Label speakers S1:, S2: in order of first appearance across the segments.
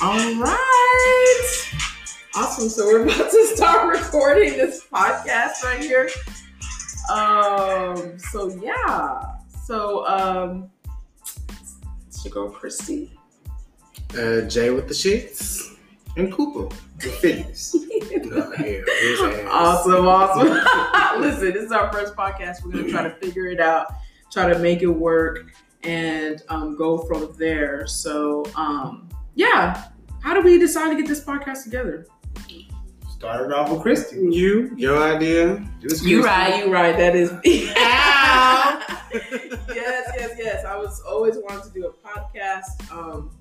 S1: All right. Awesome. So we're about to start recording this podcast right here. Um. So yeah. So um. It's your girl Christy.
S2: Uh, Jay with the sheets and Cooper with fitness. no, hell, his ass.
S1: Awesome. Awesome. Listen, this is our first podcast. We're gonna try to figure it out, try to make it work, and um, go from there. So um. Yeah. How did we decide to get this podcast together?
S2: Started off with Christy. You, your idea. It was
S1: You
S2: Christy.
S1: right, you right. That is.
S2: Ow.
S1: yes, yes, yes. I was always wanting to do a podcast. Um,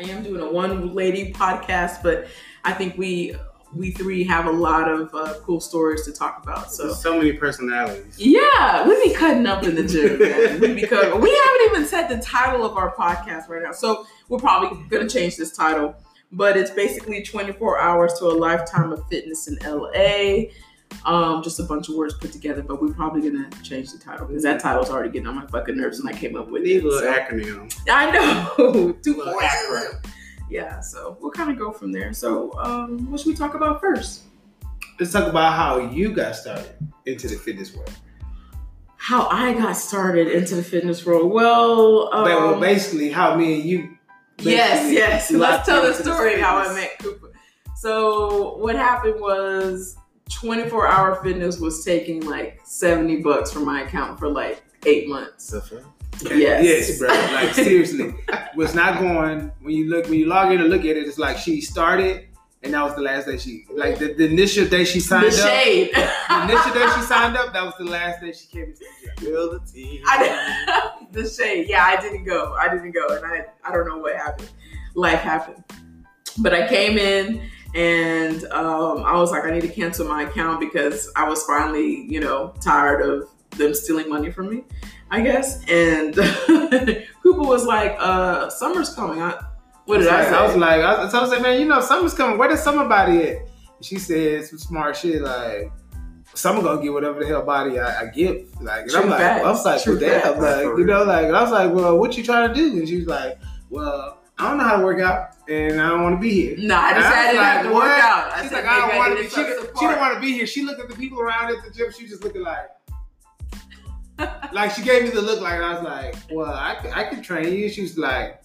S1: I am doing a one lady podcast, but I think we we three have a lot of uh, cool stories to talk about.
S2: So,
S1: So
S2: so many personalities.
S1: yeah, we be cutting up in the gym. man. We be cutting. We haven't even said the title of our podcast right now, so we're probably gonna change this title. But it's basically 24 hours to a lifetime of fitness in LA. Um, just a bunch of words put together, but we're probably gonna change the title because that title's already getting on my fucking nerves when I came up
S2: We
S1: with
S2: need
S1: it.
S2: a little
S1: So-
S2: acronym.
S1: I know. Two
S2: Little
S1: words.
S2: acronym.
S1: Yeah, so we'll kind of go from there. So, um, what should we talk about first?
S2: Let's talk about how you got started into the fitness world.
S1: How I got started into the fitness world. Well, um,
S2: but well, basically, how me and you.
S1: yes,
S2: basically
S1: yes. Let's
S2: locked
S1: tell the
S2: into
S1: story of how I
S2: fitness.
S1: met Cooper. So, what happened was 24 Hour Fitness was taking like 70 bucks from my account for like eight months. Yes.
S2: yes, bro. Like seriously, was not going. When you look, when you log in and look at it, it's like she started, and that was the last day she. Like the, the initial day she signed
S1: The
S2: up.
S1: shade.
S2: The initial day she signed up, that was the last day she came into the gym. Build the team.
S1: I, the shade. Yeah, I didn't go. I didn't go, and I I don't know what happened. Life happened, but I came in and um, I was like, I need to cancel my account because I was finally, you know, tired of them stealing money from me. I guess. And Cooper was like, uh, "Summer's coming." I, what did I
S2: I,
S1: say?
S2: was like, I was, so I was like, man, you know, summer's coming. Where does summer body at? And she said some smart shit like, summer gonna get whatever the hell body I, I give. Like, and
S1: True
S2: I'm like,
S1: facts.
S2: I was like,
S1: True
S2: well, damn,
S1: facts.
S2: like,
S3: For
S2: you know, like, and I was like, well, what you trying to do? And she was like, well, I don't know how to work out, and I don't want to be here.
S1: no, I
S2: I was
S1: decided not
S2: like,
S1: to work
S2: what?
S1: out. I
S2: She's
S1: said,
S2: like, I
S1: maybe
S2: don't want
S1: need
S2: to
S1: to
S2: be. She,
S1: self
S2: didn't- she
S1: support.
S2: didn't want to be here. She looked at the people around at the gym. She was just looking like, like she gave me the look. Like I was like, well, I can, I can train you. She was like,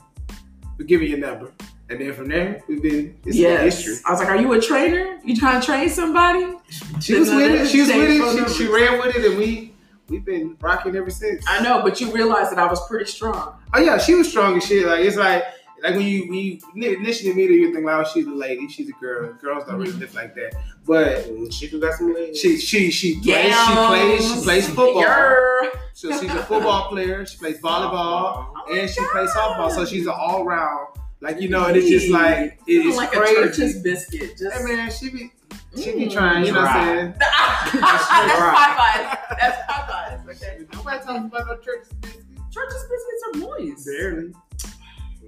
S2: but give me your number, and then from there we've been. It's been history.
S1: yes. I was like, "Are you a trainer? You trying to train somebody?"
S2: She was
S1: Then
S2: with it. She was
S1: they
S2: with
S1: phone
S2: it.
S1: numbers.
S2: She, she ran with it, and we we've been rocking ever since.
S1: I know, but you realized that I was pretty strong.
S2: Oh yeah, she was strong as shit. Like it's like like when you when you initially meet her, you think, "Wow, she's a lady. She's a girl. Girls don't
S1: Mm-hmm.
S2: really lift like that." But
S3: Mm, She could got some legs.
S2: she she she plays she
S1: Yams.
S2: plays she plays football.
S1: Yer.
S2: So she's a football player. She plays volleyball
S1: Oh my
S2: and she plays
S1: God.
S2: softball. So she's an all round. Like you know, and it's just like it
S1: Kinda
S2: is
S1: like a
S2: crazy.
S1: church's biscuit. Just
S2: Hey man, she be she be
S1: Mm.
S2: trying. You know what I'm saying?
S1: That's Popeyes.
S2: Right.
S1: That's Popeyes. Okay.
S2: Nobody talks about no church biscuits.
S1: Church's biscuits are moist.
S2: Barely.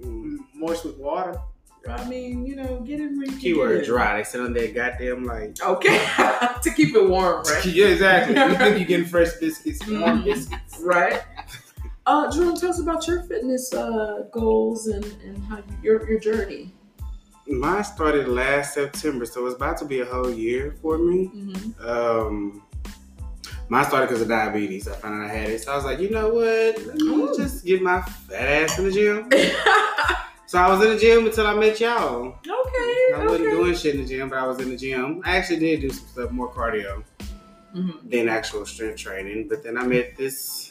S2: Mm. Moist with water.
S1: I mean, you know, get in where you can
S3: Keyword
S1: get.
S3: dry. They sit on that goddamn like.
S1: Okay. to keep it warm, right?
S2: Yeah, exactly. You think you're getting fresh biscuits, warm
S1: Mhm.
S2: biscuits.
S1: Right. Uh, Jerome, tell us about your fitness uh, goals and, and how you, your your journey.
S3: Mine started last September, so it's about to be a whole year for me.
S1: Mm-hmm.
S3: Um, mine started because of diabetes. I found out I had it, so I was like, you know what? Let me
S1: Ooh.
S3: just get my fat ass in the gym. So I was in the gym until I met y'all.
S1: okay.
S3: I
S1: okay.
S3: wasn't doing shit in the gym, but I was in the gym. I actually did do some stuff, more cardio
S1: Mhm.
S3: than actual strength training. But then I met this.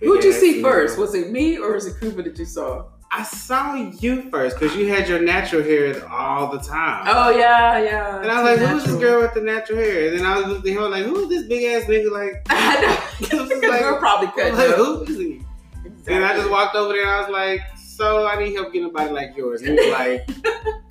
S1: Who'd you
S3: big-ass
S1: see
S3: female.
S1: first? Was it me or was it Cooper that you saw?
S3: I saw you first because you had your natural hair all the time.
S1: Oh yeah, yeah.
S3: And I was like, who's
S1: Natural.
S3: this girl with the natural hair? And then I was looking at her like, who's this big ass nigga? Like,
S1: I know.
S3: I was just
S1: Because we're
S3: like,
S1: probably
S3: I
S1: cutting
S3: was like,
S1: up.
S3: who is he? And I just walked over there and I was like, so I need help getting a body like yours. And he was like,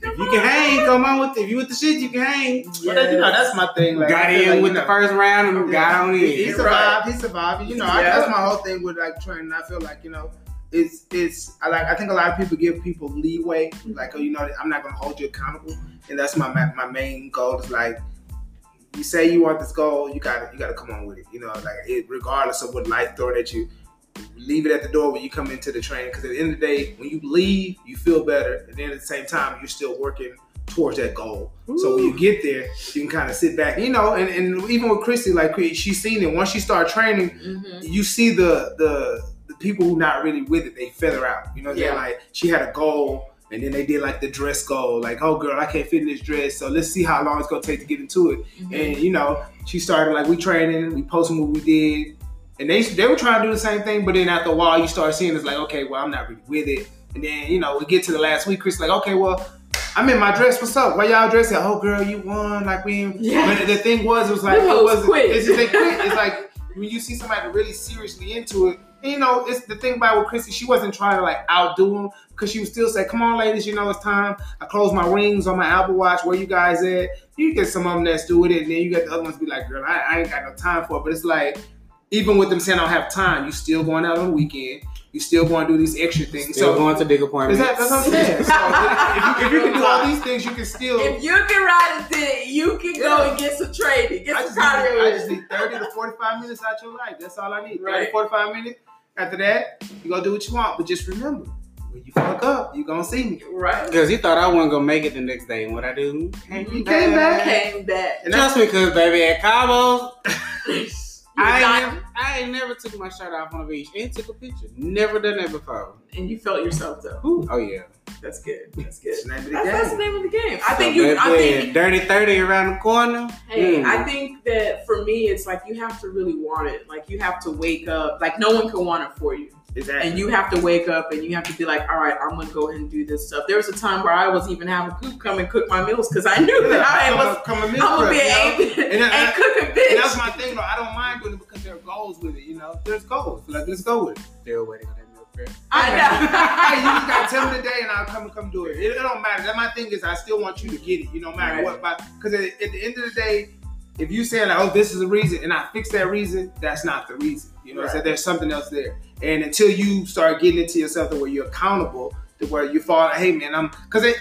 S3: if you can hang, come on with it. If you with the shit, you can hang.
S2: But then, you know, that's my thing. Like,
S3: got
S2: I feel
S3: in
S2: like,
S3: with
S2: you
S3: the
S2: know,
S3: first round and got on in.
S2: He, he
S3: You're
S2: survived.
S3: right.
S2: He survived. You know, I,
S1: Yeah.
S2: that's my whole thing with like training. I feel like you know, it's it's I like I think a lot of people give people leeway. Like, oh, you know, I'm not gonna hold you accountable, and that's my my, my main goal is like. You say you want this goal, you got to you got to come on with it. You know, like it, regardless of what life throw at you, leave it at the door when you come into the train. Because at the end of the day, when you leave, you feel better. And then at the same time, you're still working towards that goal. So when you get there, you can kind of sit back, you know. And, and even with Christy, like she's seen it. Once she started training,
S1: Mhm.
S2: you see the the the people who not really with it, they feather out. You know, they're
S1: Yeah.
S2: like she had a goal, and then they did like the dress goal, like oh girl, I can't fit in this dress, so let's see how long it's gonna take to get into it.
S1: Mhm.
S2: And you know, she started like we training, we posting what we did, and they they were trying to do the same thing, but then after a while, you start seeing it's like okay, well I'm not really with it, and then you know we get to the last week, Chris like okay, well. I'm in my dress. What's up? Why y'all dressing? Oh, girl, you won. Like we, ain't-
S1: Yeah.
S2: but the thing was, it was like
S1: Them
S2: it
S1: hoes
S2: was
S1: quit.
S2: It's just they quit. It's like when you see somebody really seriously into it, and you know, it's the thing about with Chrissy, she wasn't trying to like outdo him because she would still say, "Come on, ladies, you know it's time." I close my rings on my Apple Watch. Where you guys at? You get some of them that's doing it, and then you got the other ones be like, "Girl, I, I ain't got no time for it." But it's like, even with them saying I don't have time, you still going out on the weekend. You still going to do these extra things.
S3: Still
S2: so
S3: going to dig
S2: is
S3: appointments.
S2: that, that's what I'm saying. So if, you, if you can do all these things, you can still.
S1: If you can ride a dick, you can go
S2: Yeah.
S1: and get some training, get
S2: I
S1: some
S2: just, need,
S1: cardio.
S2: I
S1: in.
S2: just need 30 to 45 minutes out your life. That's all I need. 30
S1: Right.
S2: to 45 minutes. After that, you going to do what you want. But just remember, when you fuck up, you going to see me.
S1: right.
S3: Because he thought I wasn't gonna make it the next day, and what I do? Came
S2: You came back.
S1: Came back.
S2: And
S3: Trust me, cause baby at Cabo,
S1: You
S3: I ain't,
S1: got-
S3: never, I ain't never took my shirt off on the beach and took a picture. Never done that before.
S1: and you felt yourself though.
S3: Ooh, oh yeah.
S1: That's good. That's good.
S2: that's the name of the
S1: That's, that's the
S2: game.
S1: name of the game. I
S3: So
S1: think you.
S3: baby,
S1: I think.
S3: dirty thirty around the corner.
S1: Hey,
S3: Mm.
S1: I think that for me, it's like you have to really want it. Like you have to wake up. Like no one can want it for you.
S2: Exactly.
S1: and you have to wake up and you have to be like, all right, I'm gonna go ahead and do this stuff. There was a time where I wasn't even having Coop come and cook my meals because I knew
S2: Yeah,
S1: that I
S2: come
S1: was.
S2: a- come a
S1: I'm
S2: meal
S1: gonna
S2: prep,
S1: be
S2: you know?
S1: an ape and,
S2: And I-
S1: cook a
S2: And that's
S1: bitch.
S2: my thing, though. I don't mind doing it because there are goals with it, you know? There's goals. Like, let's go with it.
S3: Still waiting on that milk prep.
S2: Hey, you just
S1: I
S2: got to tell me today and I'll come and come do it. It, it don't matter. That my thing is I still want you to get it, you know, no matter
S1: Right.
S2: what. But because at, at the end of the day, if you saying like, oh, this is the reason, and I fix that reason, that's not the reason. You know, so
S1: Right.
S2: there's something else there. And until you start getting into yourself to where you're accountable, to where you fall, hey man, I'm because I,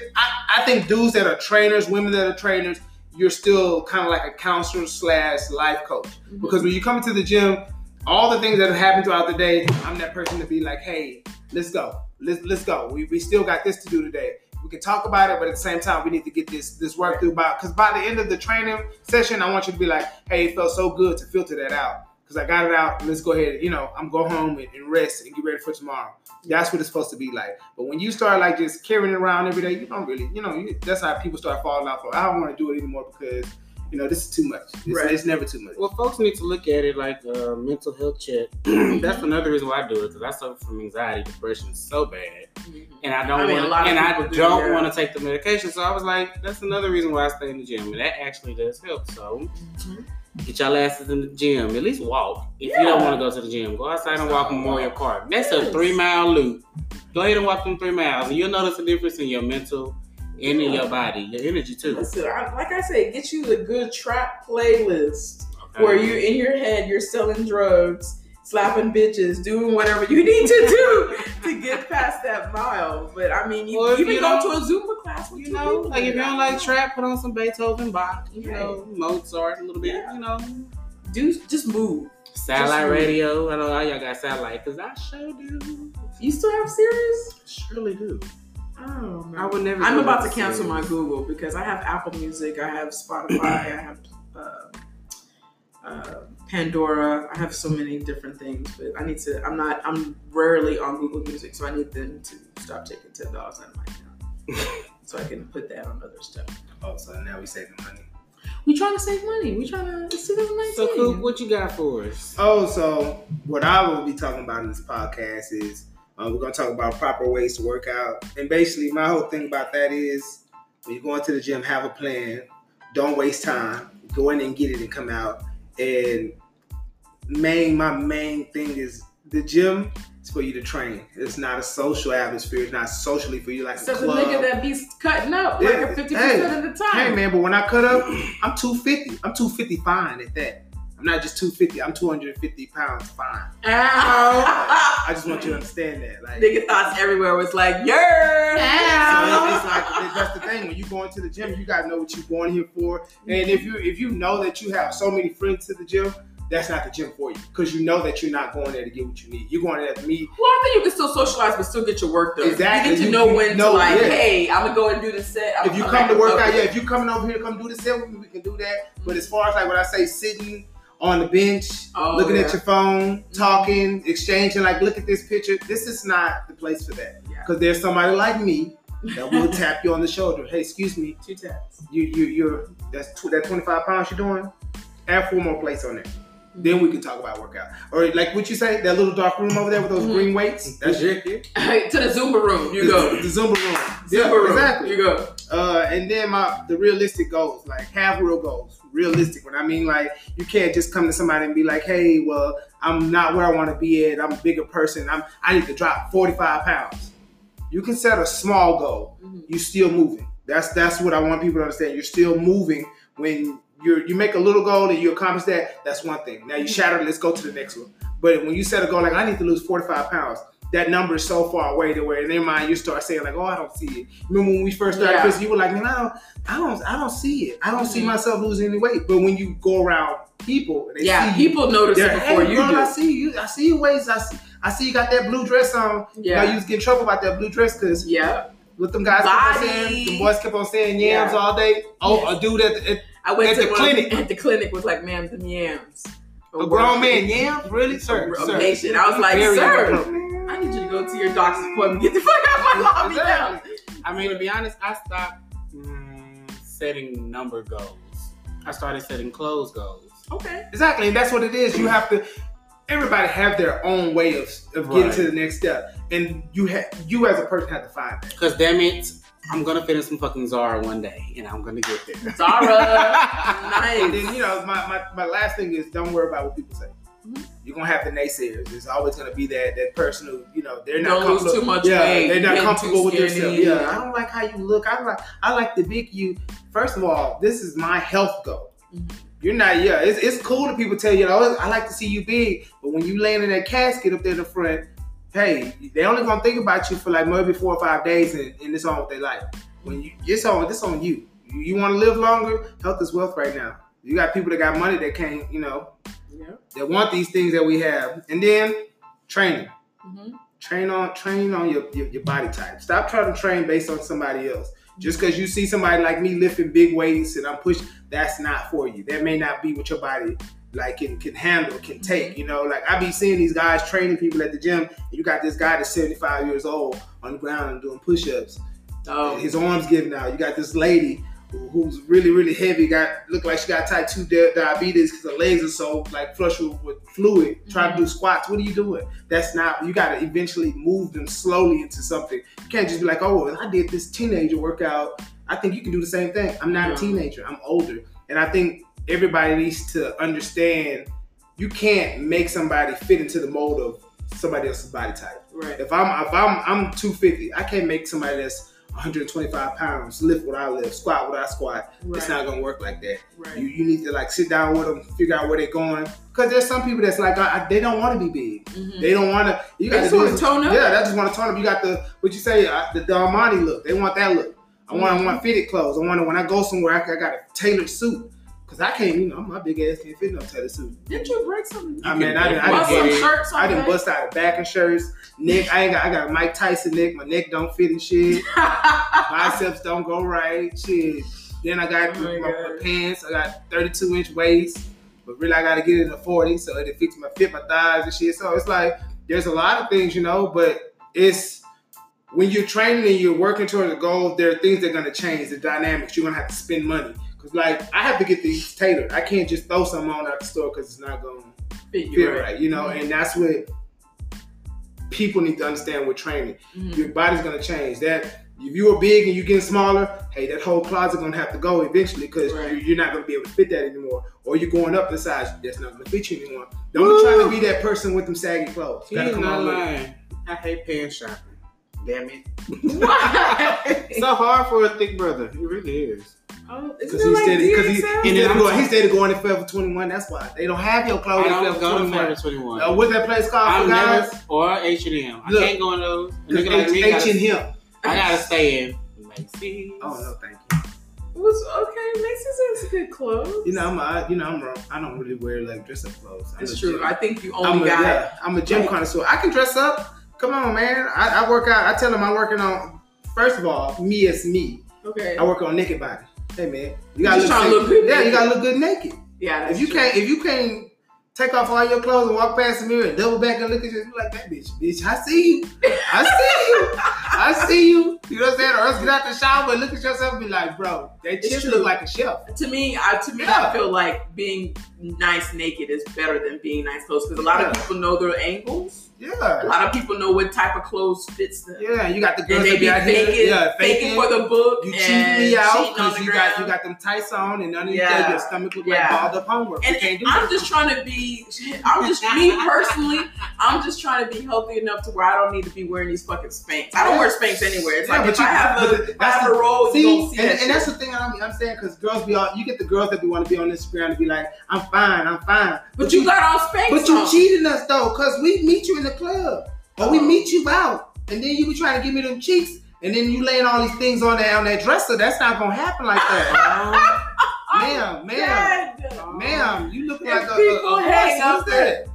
S2: I think dudes that are trainers, women that are trainers, you're still kind of like a counselor slash life coach.
S1: know.
S2: Because when you come into the gym, all the things that have happened throughout the day, I'm that person to be like, hey, let's go. Let's let's go. We, we still got this to do today. We can talk about it, but at the same time, we need to get this this work through by because by the end of the training session, I want you to be like, hey, it felt so good to filter that out. Because I got it out, let's go ahead. You know, I'm go home and, and rest and get ready for tomorrow. That's what it's supposed to be like. But when you start like just carrying it around every day, you don't really, you know, you, that's how people start falling off. Like, I don't want to do it anymore because, you know, this is too much. It's,
S1: Right.
S2: it's never too much.
S3: Well, folks need to look at it like a mental health check. That's another reason why I do it because I suffer from anxiety, depression so bad, and I don't
S1: I mean, a lot of
S3: want and I
S1: people do,
S3: don't
S1: yeah.
S3: want to take the medication. So I was like, that's another reason why I stay in the gym, and that actually does help. So get y'all asses in the gym. At least walk. If you don't
S1: Mm-hmm. Yeah.
S3: want to go to the gym, go outside and walk Memorial Park. That's a
S1: Yes.
S3: three mile loop. Go ahead and walk them three miles, and you'll notice a difference in your mental and in your body, your energy too.
S1: Listen, I, like I said, get you a good trap playlist where you in your head you're selling drugs, slapping bitches, doing whatever you need to do to get past that mile. But I mean, you,
S3: Or if
S1: you can
S3: you
S1: go to
S3: don't-
S1: a Zumba class with
S3: You
S1: two
S3: know,
S1: people
S3: like if you
S1: in it.
S3: don't like trap, put on some Beethoven, Bach, you
S1: Right.
S3: know, Mozart a little bit,
S1: Yeah.
S3: you know.
S1: do just move.
S3: Satellite
S1: move.
S3: radio. I know all y'all got satellite, cause I sure do.
S1: You still have Sirius?
S3: Surely do.
S1: Oh
S3: I would never.
S1: I'm
S3: do
S1: about to
S3: that
S1: cancel my
S3: series.
S1: Google because I have Apple Music, I have Spotify, I have uh, uh, Pandora. I have so many different things, but I need to. I'm not. I'm rarely on Google Music, so I need them to stop taking ten dollars out of my account, so I can put that on other stuff.
S2: Oh, so now we saving money.
S1: We trying to save money. We trying to. It's 2019.
S3: So Coop, what you got for us?
S2: Oh, so what I will be talking about in this podcast is uh, we're going to talk about proper ways to work out. And basically, my whole thing about that is when you go into the gym, have a plan. Don't waste time. Go in and get it and come out. And main, my main thing is the gym is for you to train. It's not a social atmosphere. It's not socially for you like
S1: Except
S2: a
S1: the
S2: club.
S1: nigga that be cutting up like
S2: Yeah.
S1: a fifty
S2: Hey.
S1: percent of the time.
S2: Hey man, but when I cut up, I'm 250. I'm 250 fine at that. I'm not just 250. I'm 250 pounds fine.
S1: Ow.
S2: I just want you to understand that. Like,
S1: Nigga thoughts everywhere was like, yeah.
S2: so it's,
S1: Ow.
S2: it's like that's the thing. When you go into the gym, you gotta know what you're going here for. And if you if you know that you have so many friends to the gym that's not the gym for you because you know that you're not going there to get what you need. You're going there to meet.
S1: Well, I think you can still socialize, but still get your work done.
S2: Exactly.
S1: You get to
S2: You-
S1: know
S2: you
S1: when
S2: know,
S1: to like,
S2: yeah.
S1: hey, I'm gonna go and do this set. I'm
S2: If you
S1: I'm
S2: come
S1: not
S2: to
S1: gonna
S2: work
S1: go
S2: out,
S1: do
S2: yeah, if you coming over here to come do this set with me, we can do that. But as far as like what I say, sitting on the bench,
S1: Oh,
S2: looking
S1: yeah. Mm-hmm.
S2: at your phone, talking, exchanging, like look at this picture. This is not the place for that
S1: Yeah.
S2: because there's somebody like me that will tap you on the shoulder. Hey, excuse me,
S1: Two taps.
S2: you you you're that's tw- that 25 pounds you're doing add four more plates on there then we can talk about workout or like what you say that little dark room over there with those
S1: Mhm.
S2: green weights that's it
S1: to the Zumba room, you
S2: The-
S1: go.
S2: the zumba room
S1: Zumba
S2: yeah
S1: room,
S2: exactly
S1: You go.
S2: uh and then my the realistic goals like have real goals realistic when i mean like you can't just come to somebody and be like hey well i'm not where i want to be at i'm a bigger person i'm i need to drop 45 pounds you can set a small goal you're still moving. That's that's what I want people to understand. You're still moving when you're you make a little goal and you accomplish that. That's one thing. Now you shatter. Let's go to the next one. But when you set a goal like I need to lose 45 pounds, that number is so far away to where in their mind you start saying like, oh, I don't see it. Remember when we first started,
S1: Yeah.
S2: Chris, you were like, man, I don't, I don't, I don't see it. I don't see
S1: Mhm.
S2: myself losing any weight. But when you go around people, and they
S1: Yeah,
S2: see you,
S1: people notice it
S2: they're,
S1: before
S2: hey,
S1: you
S2: girl, I
S1: do.
S2: see you. I see you waist. I see, I see you got that blue dress on. Now you
S1: Yeah.
S2: was getting trouble about that blue dress because
S1: Yeah.
S2: what them guys kept on
S1: Body.
S2: saying, the boys kept on saying yams
S1: Yeah.
S2: all day. Oh, a dude at, at
S1: I went
S2: At
S1: to
S2: the
S1: one of-
S2: clinic.
S1: at the clinic was like, ma'am, the yams.
S2: a
S1: Oh,
S2: grown man, yams? Really? Sir,
S1: A
S2: sir.
S1: patient. I was like,
S2: Very
S1: sir.
S2: inappropriate.
S1: I need you to go to your doctor's appointment. Get the fuck out of my lobby now.
S2: Exactly.
S3: I mean, to be honest, I stopped mm, setting number goals. I started setting clothes goals.
S1: Okay.
S2: Exactly, and that's what it is. You have to. Everybody have their own way of, of getting
S3: Right.
S2: to the next step, and you ha- you as a person have to find that.
S3: Cause damn it, I'm gonna fit in some fucking Zara one day, and I'm gonna get there.
S1: Zara.
S2: And
S1: nice.
S2: then you know, my, my, my last thing is don't worry about what people say.
S1: Mhm.
S2: You're gonna have the naysayers. There's always gonna be that that person who you know they're
S1: Don't
S2: not
S1: lose
S2: comfortable.
S1: too much
S2: yeah,
S1: weight.
S2: they're not
S1: Getting
S2: comfortable
S1: too
S2: with themselves.
S1: skinny.
S2: Yeah, I don't like how you look. I like I like the big you. First of all, this is my health goal.
S1: Mhm.
S2: You're not. Yeah, it's, it's cool that people tell you. Oh, I like to see you big, but when you land in that casket up there in the front, hey, they only gonna think about you for like maybe four or five days, and, and it's on with their life. When you, it's on, this on you. You, you want to live longer? Health is wealth right now. You got people that got money that can't, you know,
S1: Yeah.
S2: that want these things that we have, and then training
S1: Mhm.
S2: train on train on your, your, your body type. Stop trying to train based on somebody else. Just because you see somebody like me lifting big weights and I'm pushing, that's not for you. That may not be what your body like can, can handle, can take. You know, like I be seeing these guys training people at the gym, and you got this guy that's 75 years old on the ground and doing push-ups.
S1: Oh.
S2: His arms giving out. You got this lady who- who's really, really heavy, got look like she got type 2 di- diabetes because her legs are so like flush with, with fluid, trying to do squats. What are you doing? That's not you gotta eventually move them slowly into something. You can't just be like, oh well, I did this teenager workout. I think you can do the same thing. I'm not
S1: Yeah.
S2: a teenager, I'm older. And I think everybody needs to understand you can't make somebody fit into the mold of somebody else's body type.
S1: Right.
S2: If I'm if I'm I'm 250, I can't make somebody that's 125 pounds lift what I lift, squat what I squat. It's
S1: Right.
S2: not gonna work like that.
S1: right.
S2: You, you need to like sit down with them, figure out where they're going. Cause there's some people that's like I, I- they don't want to be big.
S1: Mhm.
S2: They don't want to. You
S1: They
S2: got to
S1: just
S2: do
S1: want to
S2: is-
S1: tone up.
S2: yeah. They just want to turn up. You got the what you say uh, the Dalmani look. They want that look. I want
S1: Mm-hmm.
S2: I want fitted clothes. I want to when I go somewhere I, I got a tailored suit. Cause I can't you know my big ass can't fit no tailored suit.
S1: Didn't you break some?
S2: I mean I didn't I
S1: bust
S2: didn't
S1: some
S2: get it.
S1: shirts.
S2: I done
S1: already?
S2: bust out of back and shirts. Neck, I ain't got, I got a Mike Tyson neck. My neck don't fit and shit. Biceps don't go right. Shit. Then I got
S1: Oh my
S2: my, my
S1: God.
S2: pants. I got 32 inch waist, but really I got to get in the 40 so it fits my fit my thighs and shit. So it's like there's a lot of things you know, but it's when you're training and you're working towards a goal, there are things that are gonna change the dynamics. You're gonna have to spend money. Cause like I have to get these tailored. I can't just throw some on at the store because it's not gonna
S1: Fit you
S2: feel
S1: right.
S2: right. you know, and that's what people need to understand with training.
S1: Mhm.
S2: Your body's gonna change. That if you were big and you're getting smaller, hey, that whole closet gonna have to go eventually because
S1: Right.
S2: you, you're not gonna be able to fit that anymore, or you're going up in size. That's not gonna fit you anymore. Don't be trying to be that person with them saggy clothes.
S3: He's
S2: Gotta come
S3: not
S2: on with it.
S3: lying. I hate pants shopping. Damn it.
S1: Mm. Why?
S3: It's so hard for a thick brother. It really is.
S1: Oh,
S2: Because he
S1: like
S2: steady, because he,
S1: DXL?
S2: he
S3: And
S2: steady
S3: then
S2: going,
S3: I'm
S2: he
S3: talking-
S2: steady going to Forever 21. That's why they don't have your clothes
S3: I
S2: at
S3: don't go
S2: Forever 21.
S3: to Forever 21.
S2: Uh, what's that place called
S3: I'm
S2: for guys?
S3: never, or H&M. I
S2: Look,
S3: can't go in those. A
S2: H,
S3: nigga like me,
S2: H and
S3: gotta,
S2: him.
S3: I gotta stay in Macy's.
S2: Oh no, thank you.
S1: was okay. Macy's has good clothes.
S2: You know, I'm a, you know, I'm wrong. I don't really wear like dress up clothes. I'm
S1: it's
S2: a
S1: true.
S2: gym-
S1: I think you
S2: I'm
S1: only
S2: a,
S1: got
S2: yeah, I'm a gym connoisseur. I can dress up. Come on, man. I, I work out. I tell them I'm working on. First of all, me is me.
S1: okay.
S2: I work on naked body. Hey man, you
S1: just trying to
S2: sexy.
S1: look good
S2: Yeah, you
S1: naked.
S2: gotta look good naked.
S1: yeah, that's
S2: If you
S1: true.
S2: can't, if you can't take off all your clothes and walk past the mirror and double back and look at you, you like that bitch, bitch. I see you, I see you, I see you. You know what I'm saying? Or else get out the shower and look at yourself and be like, bro, that
S1: It's
S2: chick
S1: true.
S2: look like a chef.
S1: to me, I, to me,
S2: Yeah.
S1: I feel like being nice naked is better than being nice clothes because a lot of
S2: Yeah.
S1: people know their angles. A
S2: Yeah,
S1: lot of people know what type of clothes fits them.
S2: yeah. You got the girls
S1: And they
S2: that
S1: be
S2: be out here,
S1: faking,
S2: yeah,
S1: faking for the book.
S2: you cheating
S1: and
S2: me out
S1: cheating on
S2: because
S1: the
S2: you got you
S1: ground.
S2: got them tights on and none of
S1: Yeah.
S2: your, your stomach look
S1: Yeah.
S2: like balled up homework.
S1: And,
S2: you can't do
S1: I'm
S2: that.
S1: just trying to be. I'm just me personally. I'm just trying to be healthy enough to where I don't need to be wearing these fucking spanks. I don't wear spanks anywhere. It's
S2: Yeah,
S1: like
S2: but
S1: if
S2: you-
S1: I have
S2: but
S1: a,
S2: the-
S1: if I
S2: that's
S1: have
S2: the-
S1: a roll, you
S2: See,
S1: don't see
S2: and,
S1: that
S2: and that's
S1: shit.
S2: the thing I'm, I'm saying because girls be all you get the girls that be want to be on Instagram and be like, I'm fine, I'm fine.
S1: But you got all spanks.
S2: But you
S1: on.
S2: cheating us though, cause we meet you in the club or
S1: Uh-huh.
S2: we meet you out, and then you be trying to give me them cheeks, and then you laying all these things on that on that dresser. That's not gonna happen like that,
S1: Oh,
S2: ma'am, ma'am,
S1: God.
S2: ma'am. You look
S1: If
S2: like a, a,
S1: people
S2: a horse.
S1: hang
S2: What's
S1: up
S2: that?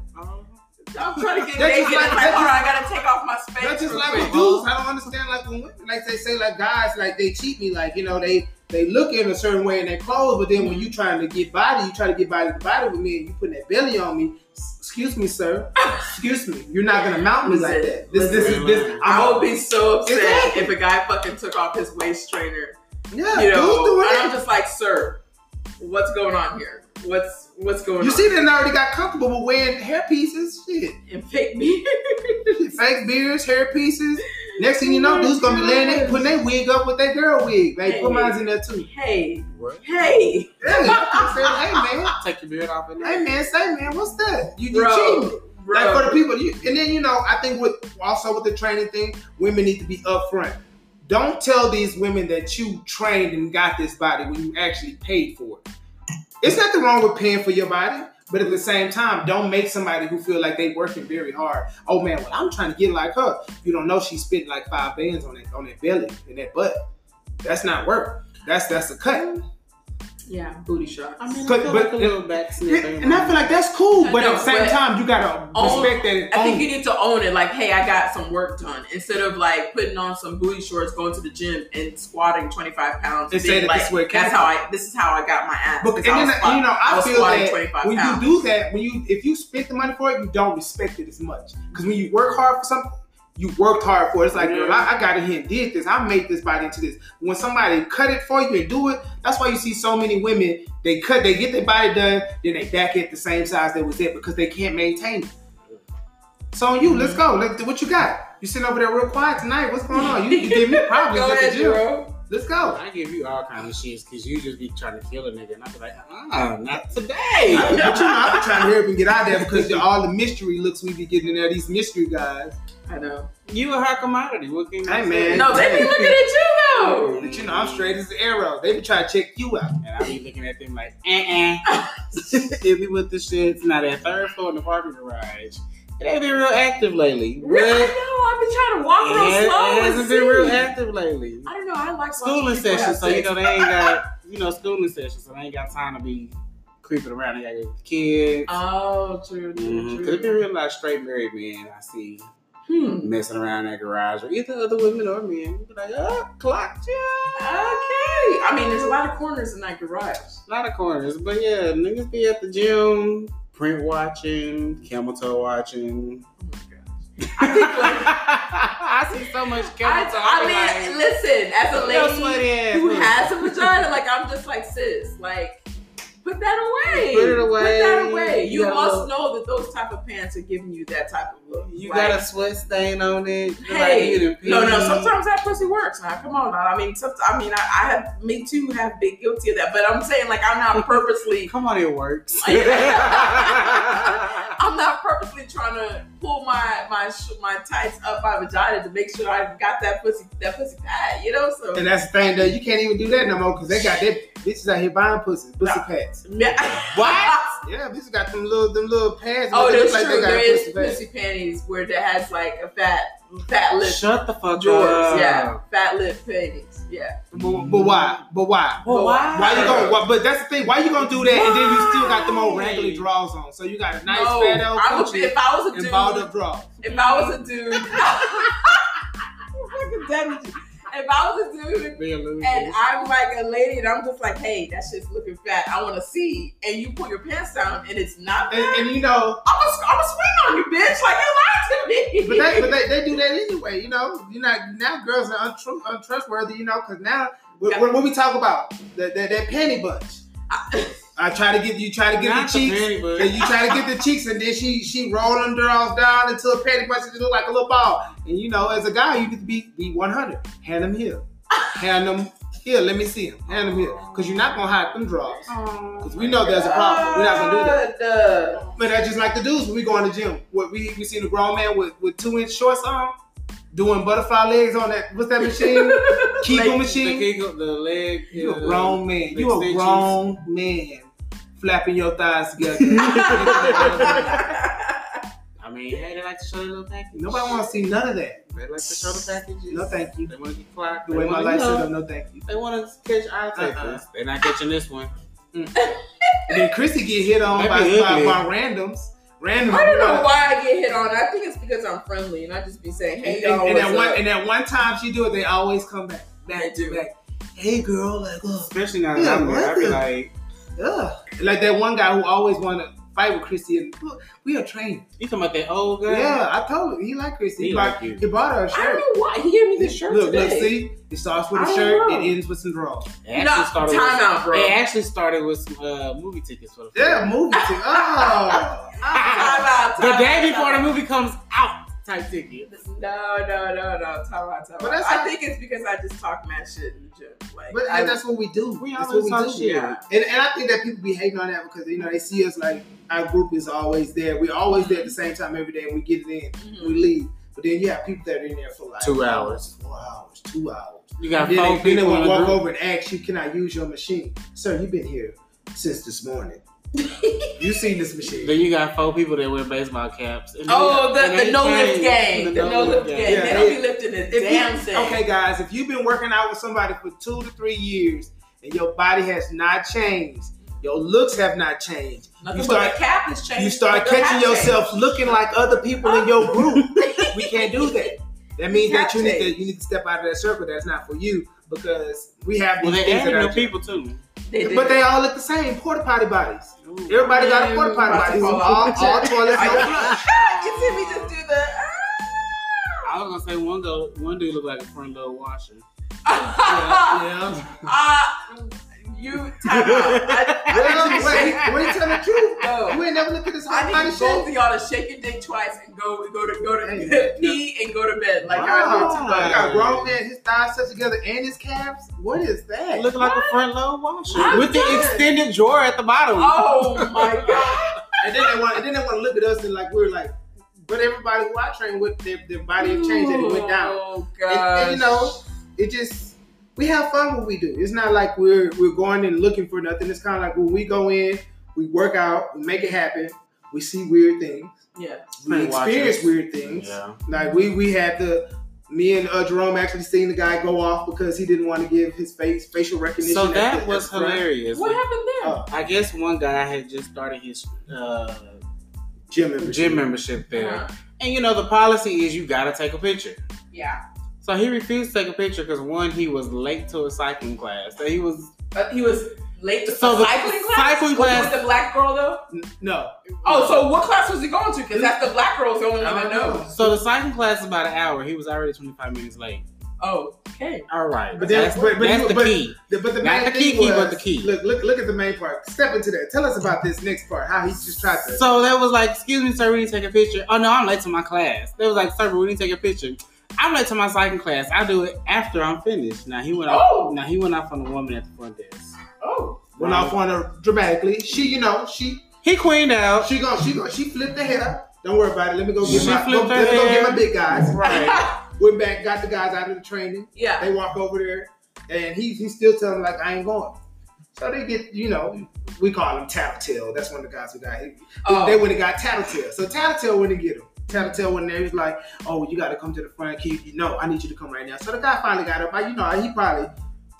S1: I'm trying to get
S2: That's just
S1: naked.
S2: like-
S1: I'm like,
S2: that's
S1: all right, I gotta take off my spanks.
S2: That's just
S1: real
S2: like
S1: quick.
S2: with dudes. I don't understand like when women, like they say like guys like they cheat me like you know they they look in a certain way in their clothes, but then when you trying to get body, you try to get body to body with me, and you putting that belly on me. S- Excuse me, sir. Excuse me. You're not gonna mount me like
S1: Listen,
S2: that. This this is this.
S1: I would be so upset
S2: Exactly.
S1: if a guy fucking took off his waist trainer.
S2: yeah.
S1: you know,
S2: dudes doing
S1: and I'm
S2: that.
S1: just like, sir, what's going on here? What's what's going
S2: You
S1: on?
S2: see, they done already got comfortable with wearing hair pieces, shit,
S1: and pick me.
S2: fake beards, hair pieces. Next thing you know, dudes gonna be laying there, putting their wig up with their girl wig. They put mine in there too.
S1: hey,
S3: What?
S1: hey,
S2: Yeah, you know what I'm saying? hey man,
S3: Take your beard off and
S2: Hey man, say man, what's that? You, you cheating.
S1: bro, bro.
S2: Like for the people, you, and then you know, I think with also with the training thing, women need to be upfront. Don't tell these women that you trained and got this body when you actually paid for it. It's nothing wrong with paying for your body, but at the same time, don't make somebody who feel like they working very hard. Oh man, well I'm trying to get like her. You don't know she spent like five bands on that on that belly and that butt. That's not work. That's that's a cut.
S1: yeah, booty shots.
S3: I mean,
S2: But-
S3: I feel
S2: but-
S3: like a little back snip. ain't
S2: And I
S3: wrong.
S2: feel like that's cool,
S1: I
S2: but
S1: know,
S2: at the same
S1: but-
S2: time, you gotta
S1: Own-
S2: respect that. and
S1: I think
S2: own
S1: you need to own it. Like, hey, I got some work done. Instead of like putting on some booty shorts, going to the gym and squatting 25 pounds.
S2: And say
S1: being
S2: that
S1: like,
S2: this is where it came
S1: that's how I. This is how I got my ass.
S2: But, and
S1: because I
S2: then,
S1: was squat-
S2: you know, I,
S1: was
S2: feel
S1: squatting
S2: that
S1: 25
S2: when
S1: pounds.
S2: you do that, when you if you spend the money for it, you don't respect it as much. Because when you work hard for something, you worked hard for it. It's like, girl, I, I got in here and did this. I made this body into this. When somebody cut it for you and do it, that's why you see so many women. They cut, they get their body done, then they back at the same size they was at because they can't maintain it. So on you, let's go.
S1: Mm-hmm.
S2: Let, what you got? You sitting over there real quiet tonight. What's going on? You, you give me problems
S1: Go
S2: at the
S1: ahead,
S2: gym.
S1: Jerome.
S2: Let's go.
S3: I give you all kind of shits because you just be trying to kill a nigga, and I be like, ah, not today.
S2: But you know, I'm trying to help him get out of there because all the mystery looks we be getting in there, these mystery guys.
S1: I know.
S3: You a hot commodity. What can you
S2: Hey,
S3: say?
S2: man.
S1: No, they be looking at you though.
S2: But you know, I'm straight as an arrow. They be trying to check you out.
S3: And I be looking at them like, uh uh If we with this shit, it's not that third floor in the parking garage. It ain't been real active lately.
S1: No, I know.
S3: Really?
S1: I've been trying to walk real
S3: It
S1: slow.
S3: has- it
S1: and
S3: hasn't been real
S1: see.
S3: active lately.
S1: I don't know. I like
S3: Schooling
S1: watching people have
S3: sessions, so you
S1: sex.
S3: know they ain't got you know schooling sessions, so they ain't got time to be creeping around. They got to go with kids.
S1: Oh, true,
S3: Mhm.
S1: true,
S3: 'Cause it been
S1: true.
S3: real life straight married men I see
S1: Hmm.
S3: messing around in that garage or either other women or men. You be like, oh, clocked you.
S1: Okay. I mean, there's a lot of corners in that garage.
S3: A lot of corners, but yeah, niggas be at the gym, print watching, camel toe watching.
S1: I think like
S3: I see so much
S1: I,
S3: camel toe.
S1: I mean, listen, as a
S3: no sweaty
S1: lady
S3: ass.
S1: who
S3: nigga.
S1: has a vagina, like I'm just like sis, like put that away.
S3: Put it away.
S1: Put that away. You
S3: Yeah.
S1: must know that those type of pants are giving you that type of look.
S3: You
S1: Like,
S3: got a sweat stain on it. You
S1: Hey,
S3: like, you done
S1: No, no.
S3: peed.
S1: Sometimes that pussy works. Now, come on. Now. I mean, some, I mean, I, I have me too have been guilty of that, but I'm saying like I'm not purposely.
S3: Come on, it works.
S1: I'm not purposely trying to pull my my sh- my tights up my vagina to make sure I got that pussy that pussy pad. You know, so
S2: And that's the thing, though. You can't even do that no more because they got their bitches out here buying pussies, pussy pads.
S1: what?
S2: Yeah, bitches got them little, them little pads.
S1: Oh,
S2: but they look
S1: that's true.
S2: got
S1: There
S2: a
S1: is
S2: pussy pad.
S1: pussy panties where that has like a fat fat lip
S3: Shut the fuck
S1: drawers.
S3: up.
S1: Yeah, fat lip paintings. Yeah.
S2: But, but why? But why?
S1: But
S3: Well, why?
S2: Why you gonna? Why, but that's the thing. Why you gonna do that? And then you still got them old wrinkly draws on. So you got nice
S1: no,
S2: fat old
S1: I would,
S2: coochie
S1: if I was a
S2: and
S1: dude,
S2: balled up draws.
S1: if I was a dude, Fucking damage you. if I was a dude and I'm like a lady, and I'm just like, hey, that shit's looking fat. I want to see. And you pull your pants down, and it's not
S2: And,
S1: fat.
S2: and you know,
S1: I'm gonna I'm gonna swing on you, bitch. Like you lied to me.
S2: but, that, but they, they do that anyway. You know, you not now girls are untru- untrustworthy. You know, because now what, what, what we talk about that that, that panty bunch. I try to get you try to get
S3: Not
S2: the
S3: the
S2: cheeks.
S3: panty bunch.
S2: And you try to get the cheeks, and then she she rolled them draws down into a panty bunch and just look like a little ball. And you know, as a guy, you could be be one hundred. Hand them here, hand them here. Let me see them. Hand them here, cause you're not gonna hide them draws. Cause we know there's a problem. We're not gonna do that.
S1: that.
S2: But that's just like the dudes when we go in the gym. What we we seen a grown man with, with two inch shorts on, doing butterfly legs on that what's that machine? Kegel
S1: Like,
S3: The,
S2: machine.
S3: giggle- the leg.
S2: You a
S3: yeah.
S2: grown man.
S3: the
S2: You a
S3: extensions.
S2: grown man. Flapping your thighs together.
S3: I mean, hey, they like to show their little package.
S2: Nobody want to see none of that.
S3: They like to show the packages.
S2: No, thank you.
S3: They want to get clocked.
S2: The
S3: They
S2: way my
S3: wanna,
S2: life
S3: you know,
S2: set up, no thank you.
S3: They want to catch eye takers.
S2: Uh-uh.
S3: They're not catching this one.
S2: And then Chrissy get hit on by,
S3: That
S2: by,
S3: be ugly.
S2: by randoms. Randoms.
S1: I don't know why I get hit on. I think it's because I'm friendly and I just be saying,
S2: And,
S1: hey,
S2: and-
S1: y'all,
S2: and that
S1: what's
S2: one
S1: up?
S2: and that one time she do it, they always come back.
S1: They
S2: Back
S1: do.
S2: to back. Hey girl, like oh, ugh.
S3: Especially now
S2: Yeah,
S3: that I'm there. I be
S2: what the-
S3: like,
S2: Ugh. Like that one guy who always want to fight with Christy, and look, we are trained.
S3: you talking about that old girl?
S2: Yeah, I told him he like Christy.
S3: He
S2: He,
S3: like
S2: bought,
S3: you.
S2: he bought her a
S1: I
S2: shirt.
S1: don't know why he gave me this shirt
S2: Look,
S1: today.
S2: look, see, it starts with
S1: I
S2: a
S1: don't
S2: shirt,
S1: know.
S2: it ends with some draws.
S3: It actually
S1: No,
S3: started
S1: time
S3: with,
S1: out, bro.
S3: It actually started with some uh, movie tickets for the
S2: Yeah, movie too. Oh,
S1: Time out,
S3: The
S1: time out,
S3: day before the
S1: time
S3: movie comes out type ticket.
S1: out. No, no, no, no. Time out, time
S2: But
S1: out.
S2: that's
S1: I
S2: not-
S1: think it's because I just talk mad shit in the gym. Like,
S2: but
S1: I,
S2: and that's what we do.
S3: We
S2: that's
S3: always
S2: what we
S3: talk
S2: do.
S3: shit.
S1: Yeah.
S2: And, and I think that people be hating on that because you know they see us like our group is always there. We're always there at the same time every day. We get it in,
S1: Mhm.
S2: we leave. But then you have people that are in there for like
S3: Two hours.
S2: four hours, two hours.
S3: You got
S2: then they,
S3: four
S2: then they
S3: people in
S2: would
S3: a
S2: walk
S3: group.
S2: over and ask you, "Can I use your machine, sir? You've been here since this morning. you seen this machine?
S3: Then you got four people that wear baseball caps. And
S1: Oh, the,
S3: then- and
S1: the
S3: they
S1: no lift
S3: change.
S1: gang. The, no lift gang.
S2: Yeah,
S1: they don't be
S2: yeah.
S1: lifting a
S2: If
S1: damn
S2: you-
S1: thing.
S2: Okay, guys, if you've been working out with somebody for two to three years and your body has not changed, your looks have not changed,
S1: Nothing
S2: you start-
S1: but the cap is changing.
S2: you start
S1: The hat
S2: catching yourself looking like other people in your group.
S1: changed.
S2: we can't do that. That means
S1: Cap
S2: that you need to
S1: change.
S2: you need to step out of that circle. That's not for you because we have
S3: Well,
S2: these
S3: they
S2: things that
S3: added
S2: are
S3: new people too.
S1: They did.
S2: But they all look the same. Porta potty bodies.
S3: Ooh.
S2: Everybody got a porta potty body. All, all toilets, no flush.
S1: "Ah, you see me just do
S3: I was gonna say one go, one dude looked like a front load washer.
S1: the.
S2: Yeah.
S1: Ah, you time out. I, I
S2: Well,
S1: need you to
S2: wait,
S1: shake.
S2: what you telling the truth?
S1: No.
S2: You ain't never looked at this whole
S1: I
S2: body
S1: need both
S2: shit.
S1: of y'all to shake your dick twice and go go to go to
S2: Hey,
S1: pee and go to bed like
S2: wow.
S1: y'all
S2: you
S1: do tonight.
S2: got a grown man, his thighs set together and his calves. What is that?
S3: Looking like a front load washer
S1: I'm
S3: with
S1: done.
S3: the extended drawer at the bottom.
S1: Oh my god!
S2: and then they want, and then they want to look at us and like we're like, but everybody who I train with, their, their body have changed and it went down.
S1: Oh
S2: And-
S1: god!
S2: and, you know, it just we have fun what we do. It's not like we're we're going and looking for nothing. It's kind of like when we go in, we work out, we make it happen. We see weird things.
S1: yeah.
S2: We
S3: Pretty watchers.
S2: experience weird things.
S3: Yeah.
S2: Like we we had the me and uh, Jerome actually seen the guy go off because he didn't want to give his face facial recognition.
S3: So
S2: at the-
S3: that
S2: at
S3: was
S2: the front
S3: hilarious.
S1: What happened there?
S2: Oh.
S3: I guess one guy had just started his uh,
S2: Gym membership.
S3: gym membership there.
S1: Uh-huh.
S3: And you know, the policy is you gotta take a picture.
S2: Oh.
S1: Yeah.
S3: So he refused to take a picture because one, he was late to a cycling class. So he was
S1: Uh, he was late to
S3: So the
S1: cycling class.
S3: cycling
S1: was he
S3: class-
S1: with the black girl though.
S2: N- No.
S1: Oh, so what class was he going to? Because that's the black girl's the only one that knows.
S3: so the cycling class is about an hour. He was already twenty five minutes late.
S1: Oh, okay.
S3: All right,
S2: But that's- but- but
S3: that's
S2: you-
S3: the
S2: but-
S3: key.
S2: The- but the
S3: Not
S2: main
S3: the
S2: thing
S3: key key,
S2: was,
S3: but the key.
S2: Look, look, look at the main part. Step into that. Tell us about this next part. How he just tried to.
S3: So that was like, excuse me, sir, we need to take a picture. Oh no, I'm late to my class. They was like, sir, we need to take a picture. I'm late to my cycling class. I do it after I'm finished. Now he went off.
S1: Oh.
S3: Now he went off on the woman at the front desk.
S1: Oh.
S2: went off on her dramatically. She, you know, she
S3: He queened out.
S2: she go she go she flipped the hair. Don't worry about it. Let me go get
S3: She
S2: my go,
S3: flipped her
S2: let me go
S3: hair.
S2: get my big guys.
S3: Right.
S2: Went back, got the guys out of the training.
S1: yeah.
S2: They walk over there, and he he's still telling them, like I ain't going. So they get you know we call him Tattletale. That's one of the guys we got. He,
S1: Oh.
S2: They went and got Tattletale. So Tattletale went and get him. tattletale one day. He was like, "Oh, you got to come to the front, kid. You know, I need you to come right now." So the guy finally got up. I, you know, he probably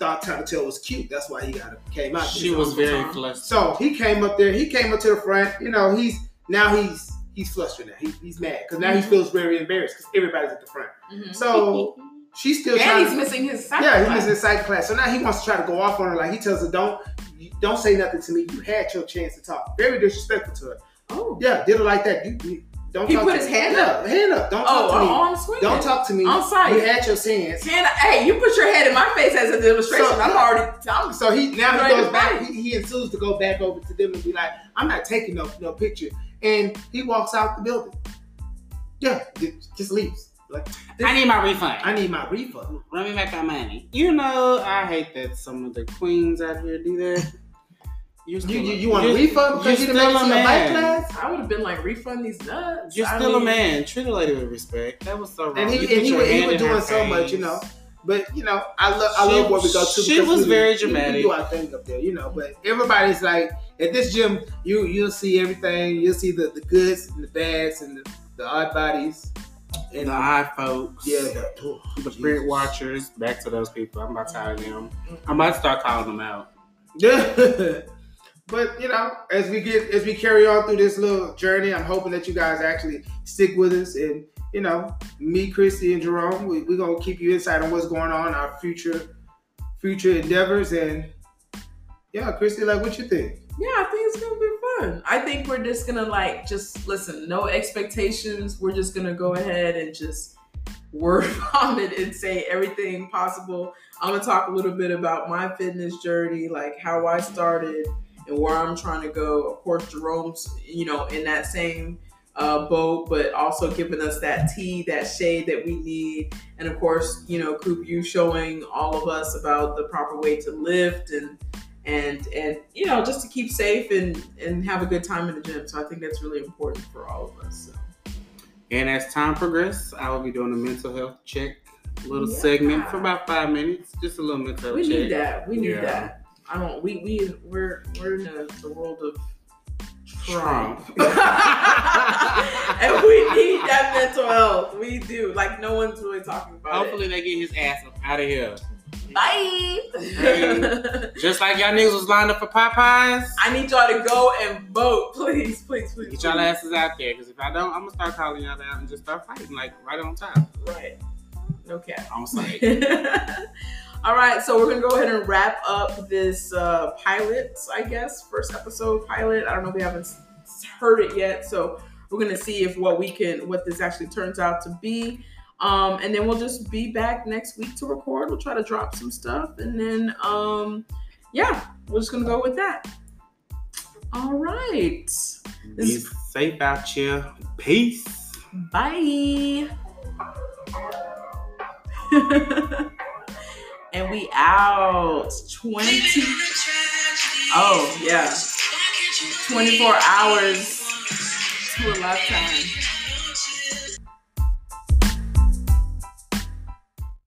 S2: thought tattletale was cute. That's why he got up, came out.
S3: She was very flustered.
S2: So he came up there. He came up to the front. You know, he's now he's he's flustered now. He, he's mad because now he feels very embarrassed because everybody's at the front.
S1: Mhm.
S2: So she's still trying
S1: and
S2: to-
S1: he's missing his sacrifice.
S2: yeah, he was in psych class. So now he wants to try to go off on her. Like he tells her, "Don't, you- don't say nothing to me. You had your chance to talk." Very disrespectful to her.
S1: Oh,
S2: Yeah, did it like that. You, you- don't.
S1: He
S2: talk
S1: put
S2: to
S1: his
S2: me.
S1: hand
S2: yeah,
S1: up?
S2: Hand up. Don't
S1: oh,
S2: talk to me.
S1: on swing.
S2: Don't talk to me.
S1: I'm sorry.
S2: You had your chance.
S1: Can I, hey, you put your head in my face as a demonstration.
S2: So-
S1: I'm already. I'm,
S2: So he now
S1: Right,
S2: he goes back.
S1: right.
S2: He, he ensues to go back over to them and be like, "I'm not taking no no picture." And he walks out the building. Yeah, ju- just leaves. Like
S3: I need my refund.
S2: I need my refund.
S3: Run me back my money. You know, I hate that some of the queens out here do that. You're
S2: You you, you want a refund because you
S3: you're
S2: didn't make it
S3: still
S2: to
S3: a
S2: your bike
S3: man.
S2: class?
S1: I would have been like, refund these nuts.
S3: You're
S1: I
S3: still a
S1: mean,
S3: man. Treat a lady with respect. That was so wrong.
S2: And he-
S3: You
S2: and
S3: put
S2: he
S3: your
S2: was- he
S3: hand
S2: was
S3: in her
S2: doing so
S3: face.
S2: much, you know. But you know, I love I
S3: She-
S2: love where we go to.
S3: she
S2: because
S3: was
S2: we-
S3: very
S2: we- We
S3: dramatic.
S2: do our thing up there, you know. But everybody's like at this gym, you you'll see everything. You'll see the, the goods and the bads and the, the odd bodies.
S3: And the eye folks.
S2: Yeah, the, oh,
S3: The
S2: Jesus.
S3: print watchers. Back to those people. I'm about tired of them.
S2: Mm-hmm.
S3: I might start calling them out.
S2: Yeah. but you know, as we get as we carry on through this little journey, I'm hoping that you guys actually stick with us and you know, me, Christy, and Jerome, we, we're gonna keep you inside on what's going on, our future future endeavors and yeah, Christy, like what you think?
S1: Yeah, I think it's gonna be fun. I think we're just gonna like just listen, no expectations. We're just gonna go ahead and just word vomit and say everything possible. I'm gonna talk a little bit about my fitness journey, like how I started and where I'm trying to go. Of course, Jerome's, you know, in that same uh, boat, but also giving us that tea, that shade that we need. And of course, you know, Coop, you showing all of us about the proper way to lift and and and you know just to keep safe and and have a good time in the gym so i think that's really important for all of us so
S3: And as time progresses, I will be doing a mental health check little
S1: Yeah.
S3: segment for about five minutes. Just a little mental health
S1: we
S3: check.
S1: need that we need
S3: Yeah.
S1: that i don't we we we're we're in the, the world of
S3: Trump.
S1: Trump. and we need that mental health we do like no one's really talking about
S3: Hopefully they get his ass out of here.
S1: it bye
S3: Hey. Just like y'all niggas was lined up for Popeyes.
S1: i need y'all to go and vote please please please
S3: Get y'all
S1: please.
S3: asses out there, because if I don't, I'm gonna start calling y'all out and just start fighting, like right on top.
S1: right okay
S3: I'm sorry.
S1: All right, so we're gonna go ahead and wrap up this uh, pilot, I guess, first episode pilot. I don't know, we haven't s- heard it yet, so we're gonna see if what we can, what this actually turns out to be, um, and then we'll just be back next week to record. We'll try to drop some stuff, and then um, yeah, we're just gonna go with that. All right,
S3: Be safe out here. Peace.
S1: bye. and we out twenty. Oh, yeah. 24 hours to a lifetime.